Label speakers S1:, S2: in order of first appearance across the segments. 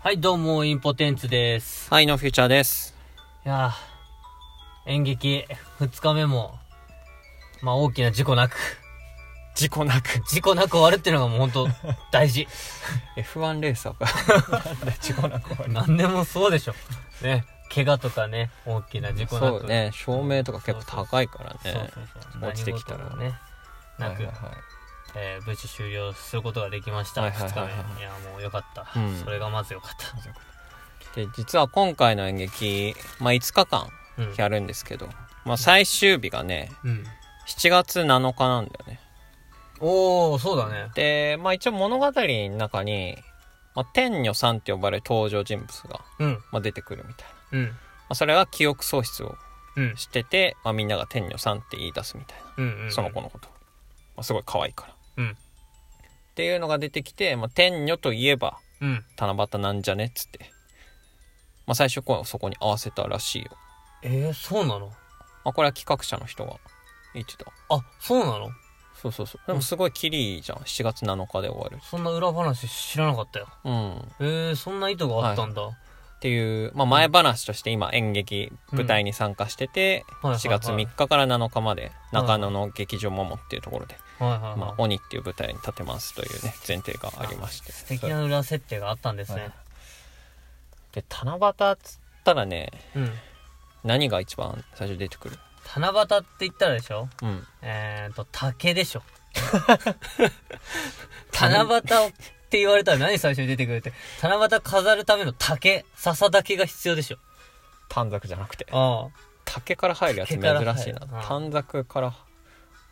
S1: はい、どうも、インポテンツです。
S2: はい、のフューチャーです。
S1: いやー演劇2日目も、まあ大きな事故なく、
S2: 事故なく。
S1: 事故なく終わるっていうのがもうほん と大事。
S2: F1 レーサーか。なんだ事故なく終わる。
S1: 何でもそうでしょ。
S2: ね。
S1: 怪我とかね、大きな事故なく。
S2: そうね。照明とか結構高いから
S1: そうそう
S2: ね。
S1: そう。
S2: 落ちてきたら
S1: 何事もね。なく、
S2: はいはいはい
S1: えー無事終了することができました、
S2: は
S1: 2
S2: いはい
S1: 日
S2: はいはい
S1: 目。いや、もうよかった、
S2: うん
S1: それがまずよかった。
S2: で、実は今回の演劇、まあ5日間
S1: うん。
S2: やるんですけど、まあ最終日がね、
S1: うん。
S2: 7月7日なんだよね。
S1: おー、そうだね。
S2: で、まあ一応物語の中に、まあ天女さんって呼ばれる登場人物が、
S1: うん。
S2: まあ、出てくるみたいな。
S1: うん。
S2: まあそれが記憶喪失を
S1: うん。
S2: してて、まあみんなが天女さんって言い出すみたいな。
S1: うん。うん
S2: その子。のこと、まあ、すごい可愛いから、
S1: うん
S2: っていうのが出てきて、まあ、天女といえば
S1: うん。
S2: 七夕なんじゃねっつって、まあ、最初こうそこに合わせたらしいよ、
S1: えー、そうなの
S2: まあ、これは企画者の人が言ってた
S1: あ、そうなの
S2: そうそうそうでもすごいキリいいじゃん7月7日で終わる
S1: そんな裏話知らなかったよ。
S2: うんっ
S1: えー、そんな意図があったんだ。
S2: ていう、まあ、前話として今演劇舞台に参加してて、
S1: うんはいはい
S2: 7
S1: はい
S2: 月3日から7日まで中野の劇場ももっていうところで「
S1: はいはいはい。
S2: まあ、鬼」っていう舞台に立てますというね前提がありまして
S1: 素敵な裏設定があったんですね。
S2: はいで七夕っつったらね
S1: うん。
S2: 何が一番最初出てくる
S1: 七夕って言ったらでしょ
S2: うん
S1: えーと、竹で しょ。七夕って言われたら何最初に出てくるって。七夕飾るための竹、笹竹が必要でしょ。
S2: 短冊じゃなくて
S1: あ
S2: 竹から入るやつ珍
S1: 竹から入る
S2: しいな
S1: うん
S2: 短冊から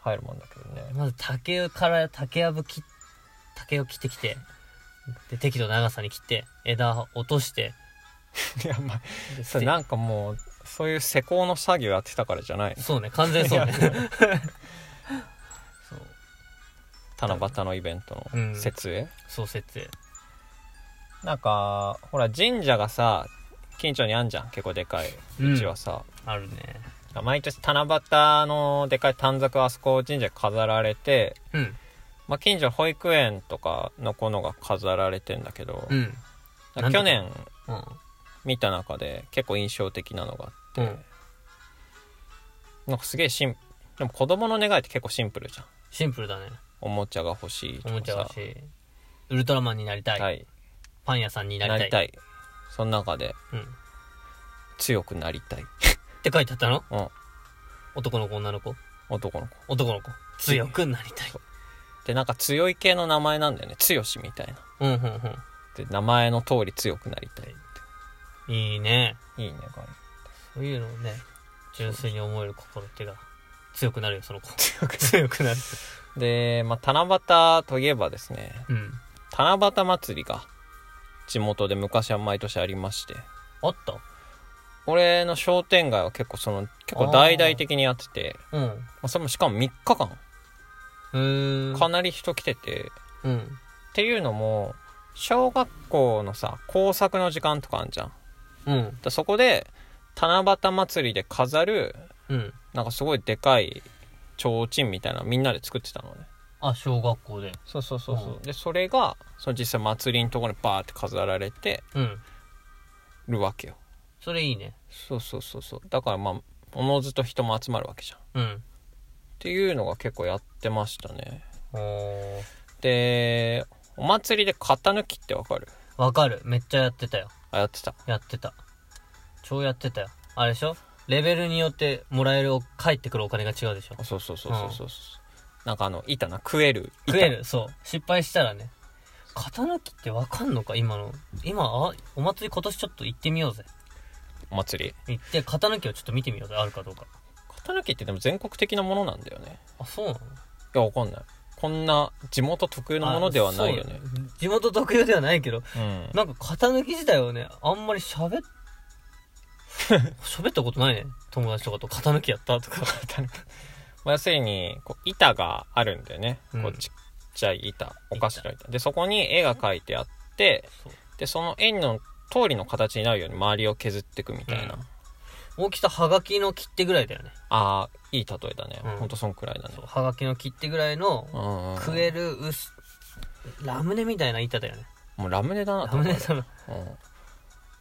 S2: 入るもんだけど
S1: あ。
S2: ね
S1: まず竹から、竹やぶ切っ、竹を切ってきて、で、適度な長さに切って、枝落として、
S2: いやまあ
S1: で
S2: それなんかもうそういう施工の作業やってたからじゃないの
S1: そうね、完全にそうね。そう、
S2: 七夕のイベント
S1: う
S2: の
S1: ん
S2: 設営、
S1: そう設営。
S2: なんかほら神社がさ近所にあんじゃん結構でかいうちはさ、
S1: あるね。
S2: 毎年七夕のでかい短冊あそこ神社に飾られて
S1: うん。
S2: まあ、近所の保育園とかのこのが飾られてんだけど、
S1: うん。なんで
S2: 去年
S1: うん。
S2: 見た中で結構印象的なのがあって、
S1: うん
S2: なんかすげえシンでも子供の願いって結構シンプルじゃん
S1: シンプルだね。
S2: おもちゃが欲しい
S1: お
S2: とか
S1: もちゃ
S2: さ
S1: だし。ウルトラマンになりたい。
S2: はい
S1: パン屋さんにな
S2: な
S1: りたい。
S2: りたいその中で
S1: うん。っ
S2: 強くなりたい、
S1: て書いてあったの
S2: うん、
S1: 男の子、女の子。
S2: 男の子
S1: 男の子。強くなりたい。
S2: でなんか強い系の名前なんだよね強しみたいな
S1: うん、うん、う
S2: で名前の通り強くなりたい
S1: ん。いいね。
S2: いいねこれ
S1: そういうのをね、純粋に思える心手が強くなるよ、その子。強く 強くなる。
S2: で、まあ、七夕といえばですね
S1: うん。
S2: 七夕祭りが地元で昔は毎年ありまして
S1: あった
S2: 俺の商店街は結構その結構大々的にやってて
S1: うん。へ
S2: まあ、それもしかも3日間
S1: ー。
S2: かなり人来てて
S1: うん。
S2: っていうのも小学校のさ工作の時間とかあんじゃん
S1: うん。
S2: でそこで七夕祭りで飾る
S1: うん。
S2: なんかすごいでかい提灯みたいなのみんなで作ってたのね
S1: あ、小学校で。
S2: そうそうそうそう、
S1: うん
S2: でそれがその実際祭りのところにバーって飾られて
S1: うん。
S2: るわけよ
S1: それいいね。
S2: そうそうそうそうだからまあおのずと人も集まるわけじゃんっ
S1: うん。
S2: ていうのが結構やってましたね
S1: お
S2: でお祭りで型抜きってわかる
S1: ー。わかる。めっちゃやってたよ。
S2: あやってた
S1: やってた。超やってたよ。あれでしょレベルによってもらえるお、返ってくるお金が違うでしょ
S2: あそうそうそうそうそうそうなんかあの板な食える板
S1: 食える、そう。失敗したらね。型抜きってわかんのか今の。今、あ、お祭り今年ちょっと行ってみようぜ。
S2: お祭り
S1: 行って、型抜きをちょっと見てみようぜ。あるかどうか。
S2: 型抜きってでも全国的なものなんだよね
S1: あ、そうない
S2: やわかんないこんな地元特有
S1: の
S2: のものではないよね。
S1: あそう地元特有ではないけど、
S2: うん
S1: なんか型抜き自体はね、あんまり 喋っ、喋ったことないね。友達とかと型抜きやったとか。
S2: 型抜きまあ要するにこう板があるんだよね、
S1: うん
S2: こうちっちゃい板お菓子の板でそこに絵が描いてあって
S1: そう
S2: でその絵の通りの形になるように周りを削っていくみたいな、
S1: うん大きさはがきの切手ぐらいだよね。
S2: あーいい例えだね、
S1: うん
S2: ほんとそんくらいだね
S1: そうはがきの切手ぐらいの
S2: うんうんうん
S1: 食える薄ラムネみたいな板だよね
S2: もうラムネだな
S1: ラ
S2: と
S1: ム
S2: 思
S1: ネだな。
S2: うん、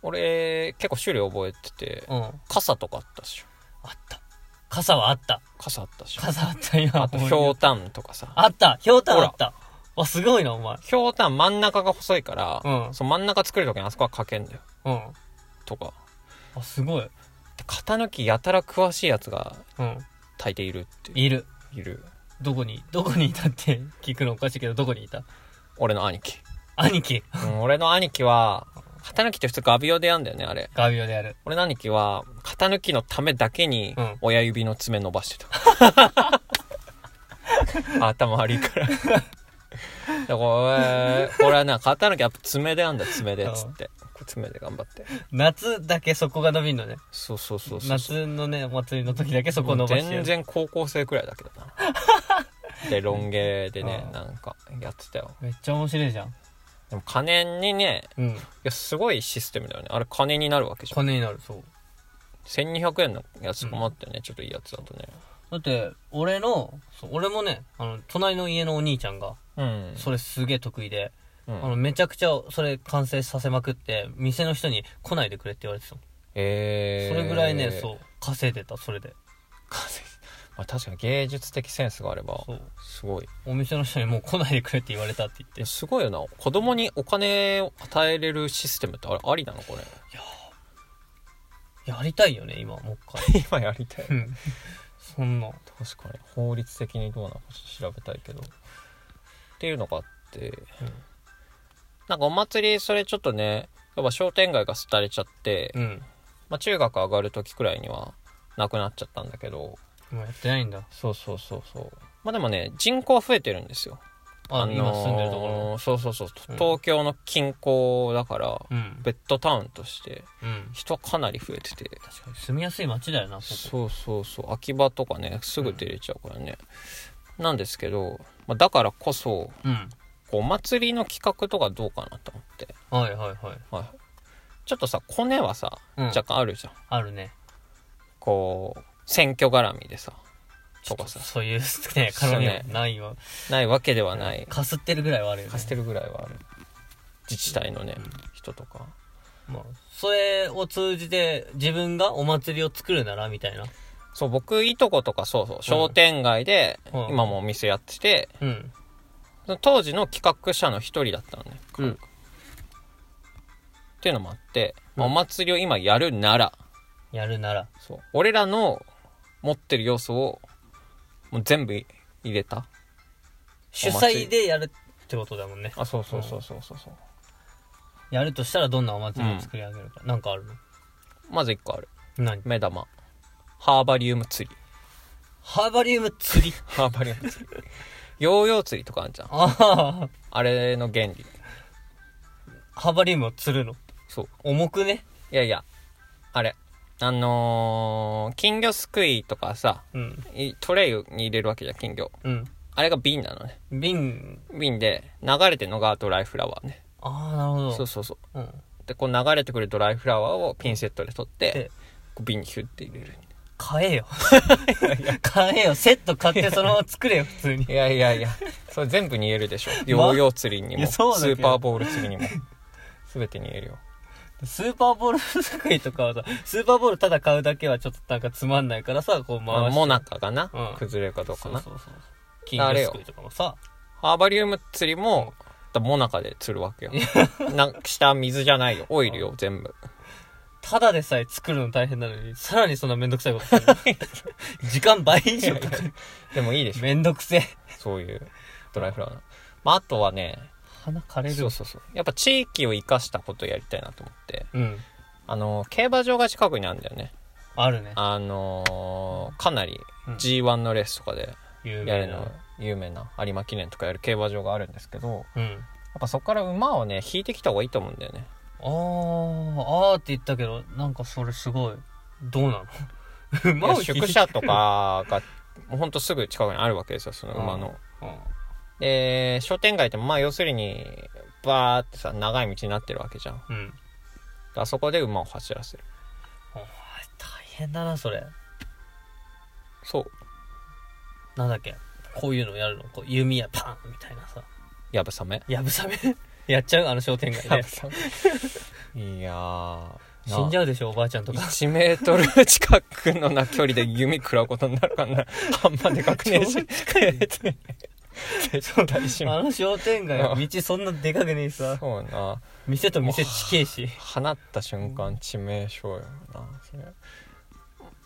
S2: 俺結構種類覚えてて
S1: うん。あ
S2: 傘とかあったっしょ
S1: った。傘はあった。
S2: 傘あったっしょ
S1: 傘あったよ。
S2: あとひょうたんとかさ
S1: あった。ひょうたん
S2: ほ
S1: あ
S2: ら
S1: った。あ、すごいな、お前。
S2: ひょうたん真ん中が細いから、
S1: うん
S2: その真ん中作る時にあそこはかけんだよ
S1: うん。
S2: とか
S1: あ、すごい。
S2: で型抜きやたら詳しいやつが
S1: うん。
S2: 大抵いるってい
S1: いる。
S2: ういる
S1: どこに、どこにいたって聞くのおかしいけど、どこにいた
S2: 俺の兄貴、
S1: 兄貴。
S2: うん、俺の兄 貴は 型抜きって普通画鋲でやんだよねあれ
S1: ガビオでやる。
S2: 俺の兄貴は型抜きのためだけに
S1: うん
S2: 親指の爪伸ばして た頭悪いからだから俺俺はな型抜きやっぱ爪でやんだ爪でっつってこう爪で頑張って
S1: 夏だけそこが伸びんのね。
S2: そうそうそうそう
S1: 夏のね、お祭りの時だけそこ伸ばしてや
S2: 全
S1: る。
S2: 然高校生くらいだけど なでロン毛でね
S1: うん
S2: なんかやってたよ
S1: めっちゃ面白いじゃん。
S2: でも金にね
S1: うん。
S2: いやすごいシステムだよねあれ金になるわけじゃん
S1: 金になる、そう。
S2: 1200円のやつとかもあってね、ちょっといいやつだとね
S1: だって、俺の、そう俺もね、あの、隣の家のお兄ちゃんが、
S2: うん
S1: それすげえ得意で、
S2: うん
S1: あの、めちゃくちゃそれ完成させまくって、店の人に来ないでくれって言われてたもん。
S2: えー、
S1: それぐらいね、
S2: う
S1: そう、稼いでた、それで。
S2: まあ、確かに芸術的センスがあれば
S1: そう。
S2: すごいい
S1: お店の人にもう来ないでくれって言われたって言って
S2: や。すごいよな子供にお金を与えれるシステムってあれありなのこれ
S1: やりたいよね、今、もう一回。
S2: 今やりたい
S1: うんそんな。
S2: 確かに法律的にどうなのか調べたいけどっていうのがあって、なんかお祭りそれちょっとねやっぱ商店街が廃れちゃって、
S1: うん。
S2: まあ、中学上がる時くらいにはなくなっちゃったんだけど
S1: もうやってないんだ。
S2: そうそうそうそうまあでもね人口は増えてるんですよ
S1: あ、
S2: のー
S1: 今住んでるところ。
S2: そうそうそう、と
S1: うん
S2: 東京の近郊だから
S1: うん。
S2: ベッドタウンとして
S1: うん。
S2: 人はかなり増えてて
S1: 確かに住みやすい街だよな、そこ。
S2: そうそうそう秋葉とかねすぐ出れちゃうからね、なんですけど、まあ、だからこそ
S1: うん。
S2: こうお祭りの企画とかどうかなと思って、
S1: はいはいはい。
S2: はい、ちょっとさコネはさ
S1: うん
S2: 若干あるじゃん、
S1: あるね。
S2: こう選挙絡みでさとかさ
S1: そういうね、絡みはないわ。
S2: ないわけではない
S1: かすってるぐらいはあるよね。
S2: 貸してるぐらいはある自治体のね、
S1: うん
S2: 人とか
S1: まあ、それを通じて自分がお祭りを作るならみたいな。
S2: そう僕いとことかそうそう商店街で
S1: うん
S2: 今もお店やってて、
S1: うん。
S2: その当時の企画者の一人だったのね、
S1: うん
S2: っていうのもあって、
S1: うん
S2: お祭りを今やるなら
S1: やるなら。
S2: そう俺らの持ってる要素をもう全部入れた
S1: 主
S2: 祭り
S1: 催でやるってことだもんね。
S2: あそうそうそうそうそうそう
S1: やるとしたらどんなお祭りを作り上げるか。なんかあるの
S2: まず一個ある
S1: 何
S2: 目玉ハーバリウム釣り
S1: ハーバリウム釣り。
S2: ハーバリウム釣り ヨーヨー釣りとかあるじゃん
S1: あ
S2: あれの原理
S1: あ、ハーバリウムを釣るの。
S2: そう
S1: 重くね。
S2: いやいやあれあのー金魚すくいとかさ
S1: うん。
S2: いトレイに入れるわけじゃん金魚
S1: うん。
S2: あれが瓶なのね
S1: 瓶、
S2: 瓶で流れてるのがドライフラワーね
S1: ああ、なるほど。
S2: そうそうそう
S1: うん。
S2: でこう流れてくるドライフラワーをピンセットで取って
S1: で
S2: こう瓶にヒュッて入れる
S1: 買えよ。買えよ。セット買ってそのまま作れよ、普通に
S2: い。やいやいやそれ全部に言える でしょヨーヨー釣りに
S1: い
S2: も、
S1: や
S2: ス
S1: そうだけど
S2: ーパーボール釣り にも全てに言えるよ
S1: スーパーボールすくいとかはさ、スーパーボールただ買うだけはちょっとなんかつまんないからさ、こう
S2: まあ
S1: 回して。
S2: モナカがな、
S1: うん
S2: 崩れるかどうか
S1: そう
S2: な
S1: そうそう。金魚すくいとかもさ、
S2: ハーバリウム釣りも、だモナカで釣るわけよ。な下水じゃないよ。オイルよ、全部。
S1: ただでさえ作るの大変なのに、さらにそんなめんどくさいことす るの時間倍以上かかる。
S2: でもいいでしょ。
S1: めんどくせえ。
S2: そういうドライフラワーの。まあ、あとはね、
S1: 鼻枯れる
S2: そう
S1: わ。
S2: そうそう。やっぱ地域を生かしたことをやりたいなと思って。
S1: うん。
S2: あの、競馬場が近くにあるんだよね。
S1: あるね。
S2: あのーかなり
S1: うん
S2: G1 のレースとかで
S1: 有
S2: や
S1: 名
S2: るの
S1: な。、
S2: 有名な有馬記念とかやる競馬場があるんですけど、
S1: う
S2: や
S1: ん。
S2: っぱそこから馬をね、引いてきた方がいいと思うんだよね。
S1: あー、あーって言ったけど、なんかそれすごい。どうなの
S2: いや
S1: 馬を引いて
S2: 宿舎とかが、もうほんとすぐ近くにあるわけですよ、その馬の。
S1: うん
S2: で商店街ってまあ要するにバーってさ長い道になってるわけじゃん
S1: うん。
S2: あそこで馬を走らせる
S1: お前大変だな、それ。
S2: そう
S1: なんだっけこういうのやるのこう弓矢パンみたいなさ。
S2: やぶさめ
S1: やぶさめ やっちゃうあの商店街
S2: 多
S1: で
S2: 分。さ いやー
S1: 死んじゃうでしょ、おばあちゃんとか。
S2: 1メートル近くのな距離で弓食らうことになるかな あんまでかく ねえし絶対しない
S1: あの商店街
S2: う
S1: は
S2: ん
S1: 道そんなでかくねえしさ。
S2: そうな
S1: 店と店近えし。
S2: 放った瞬間致命傷よなそれ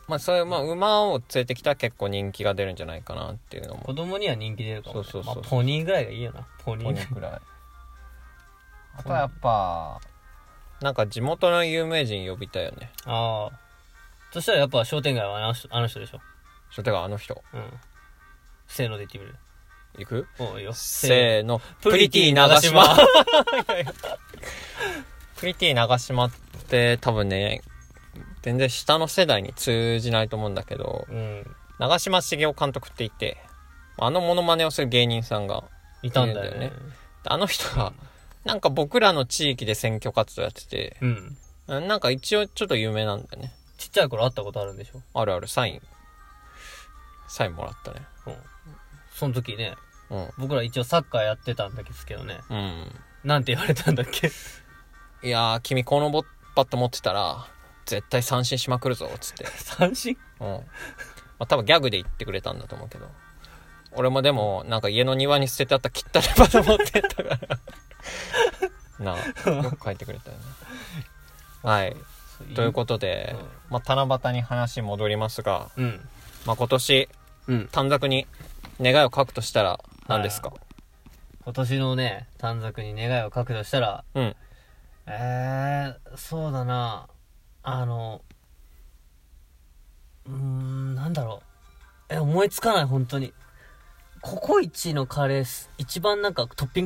S2: まあそれまあ馬を連れてきたら結構人気が出るんじゃないかなっていうのも
S1: 子供には人気出るかもね、
S2: そうそうそう
S1: まあポニーぐらいがいいよな。ポニー
S2: こ
S1: ぐ
S2: れ
S1: らい。
S2: くらいあとはやっぱなんか地元の有名人呼びたいよね
S1: ああ。そしたらやっぱ商店街はあの人あの人でしょ。
S2: ちょてかあの人
S1: うん。せーので言ってみる。
S2: 行く
S1: おういいよ。
S2: せーの
S1: プ
S2: プリ
S1: リ
S2: テ
S1: テ
S2: ィ
S1: ィ
S2: 長
S1: 長
S2: 島
S1: 島
S2: プリティ長島って多分ね全然下の世代に通じないと思うんだけど
S1: ーの。うん。
S2: 長嶋茂雄監督っていてあのモノマネをする芸人さんが
S1: いたんだよね。
S2: いるんだよねあの人がなんか僕らの地域で選挙活動やってて
S1: うん。
S2: なんか一応ちょっと有名なんだよね
S1: ちっちゃい頃会ったことあるんでしょ。
S2: あるあるサインサインもらったね
S1: うん。その時ね、
S2: うん
S1: 僕ら一応サッカーやってたんですけどね。
S2: うん
S1: なんて言われたんだっけ。
S2: いやー君このボッバット持ってたら絶対三振しまくるぞっつって
S1: 三振
S2: うん。まあ多分ギャグで言ってくれたんだと思うけど。俺もでも、なんか家の庭に捨ててあった切ったレバー持ってったから。なあ、よく書いてくれたよね。はい。ということで、まあ七夕に話戻りますが、
S1: とうん。
S2: まあ今年、
S1: うん。
S2: 短冊に願いを書くとしたら何ですか、
S1: 今年のね、短冊に願いを書くとしたら、
S2: うん。
S1: えー、そうだな。あの、うーん、なんだろう。え、思いつかない、本当に。ココイチのカレーす、一番なんかトッピング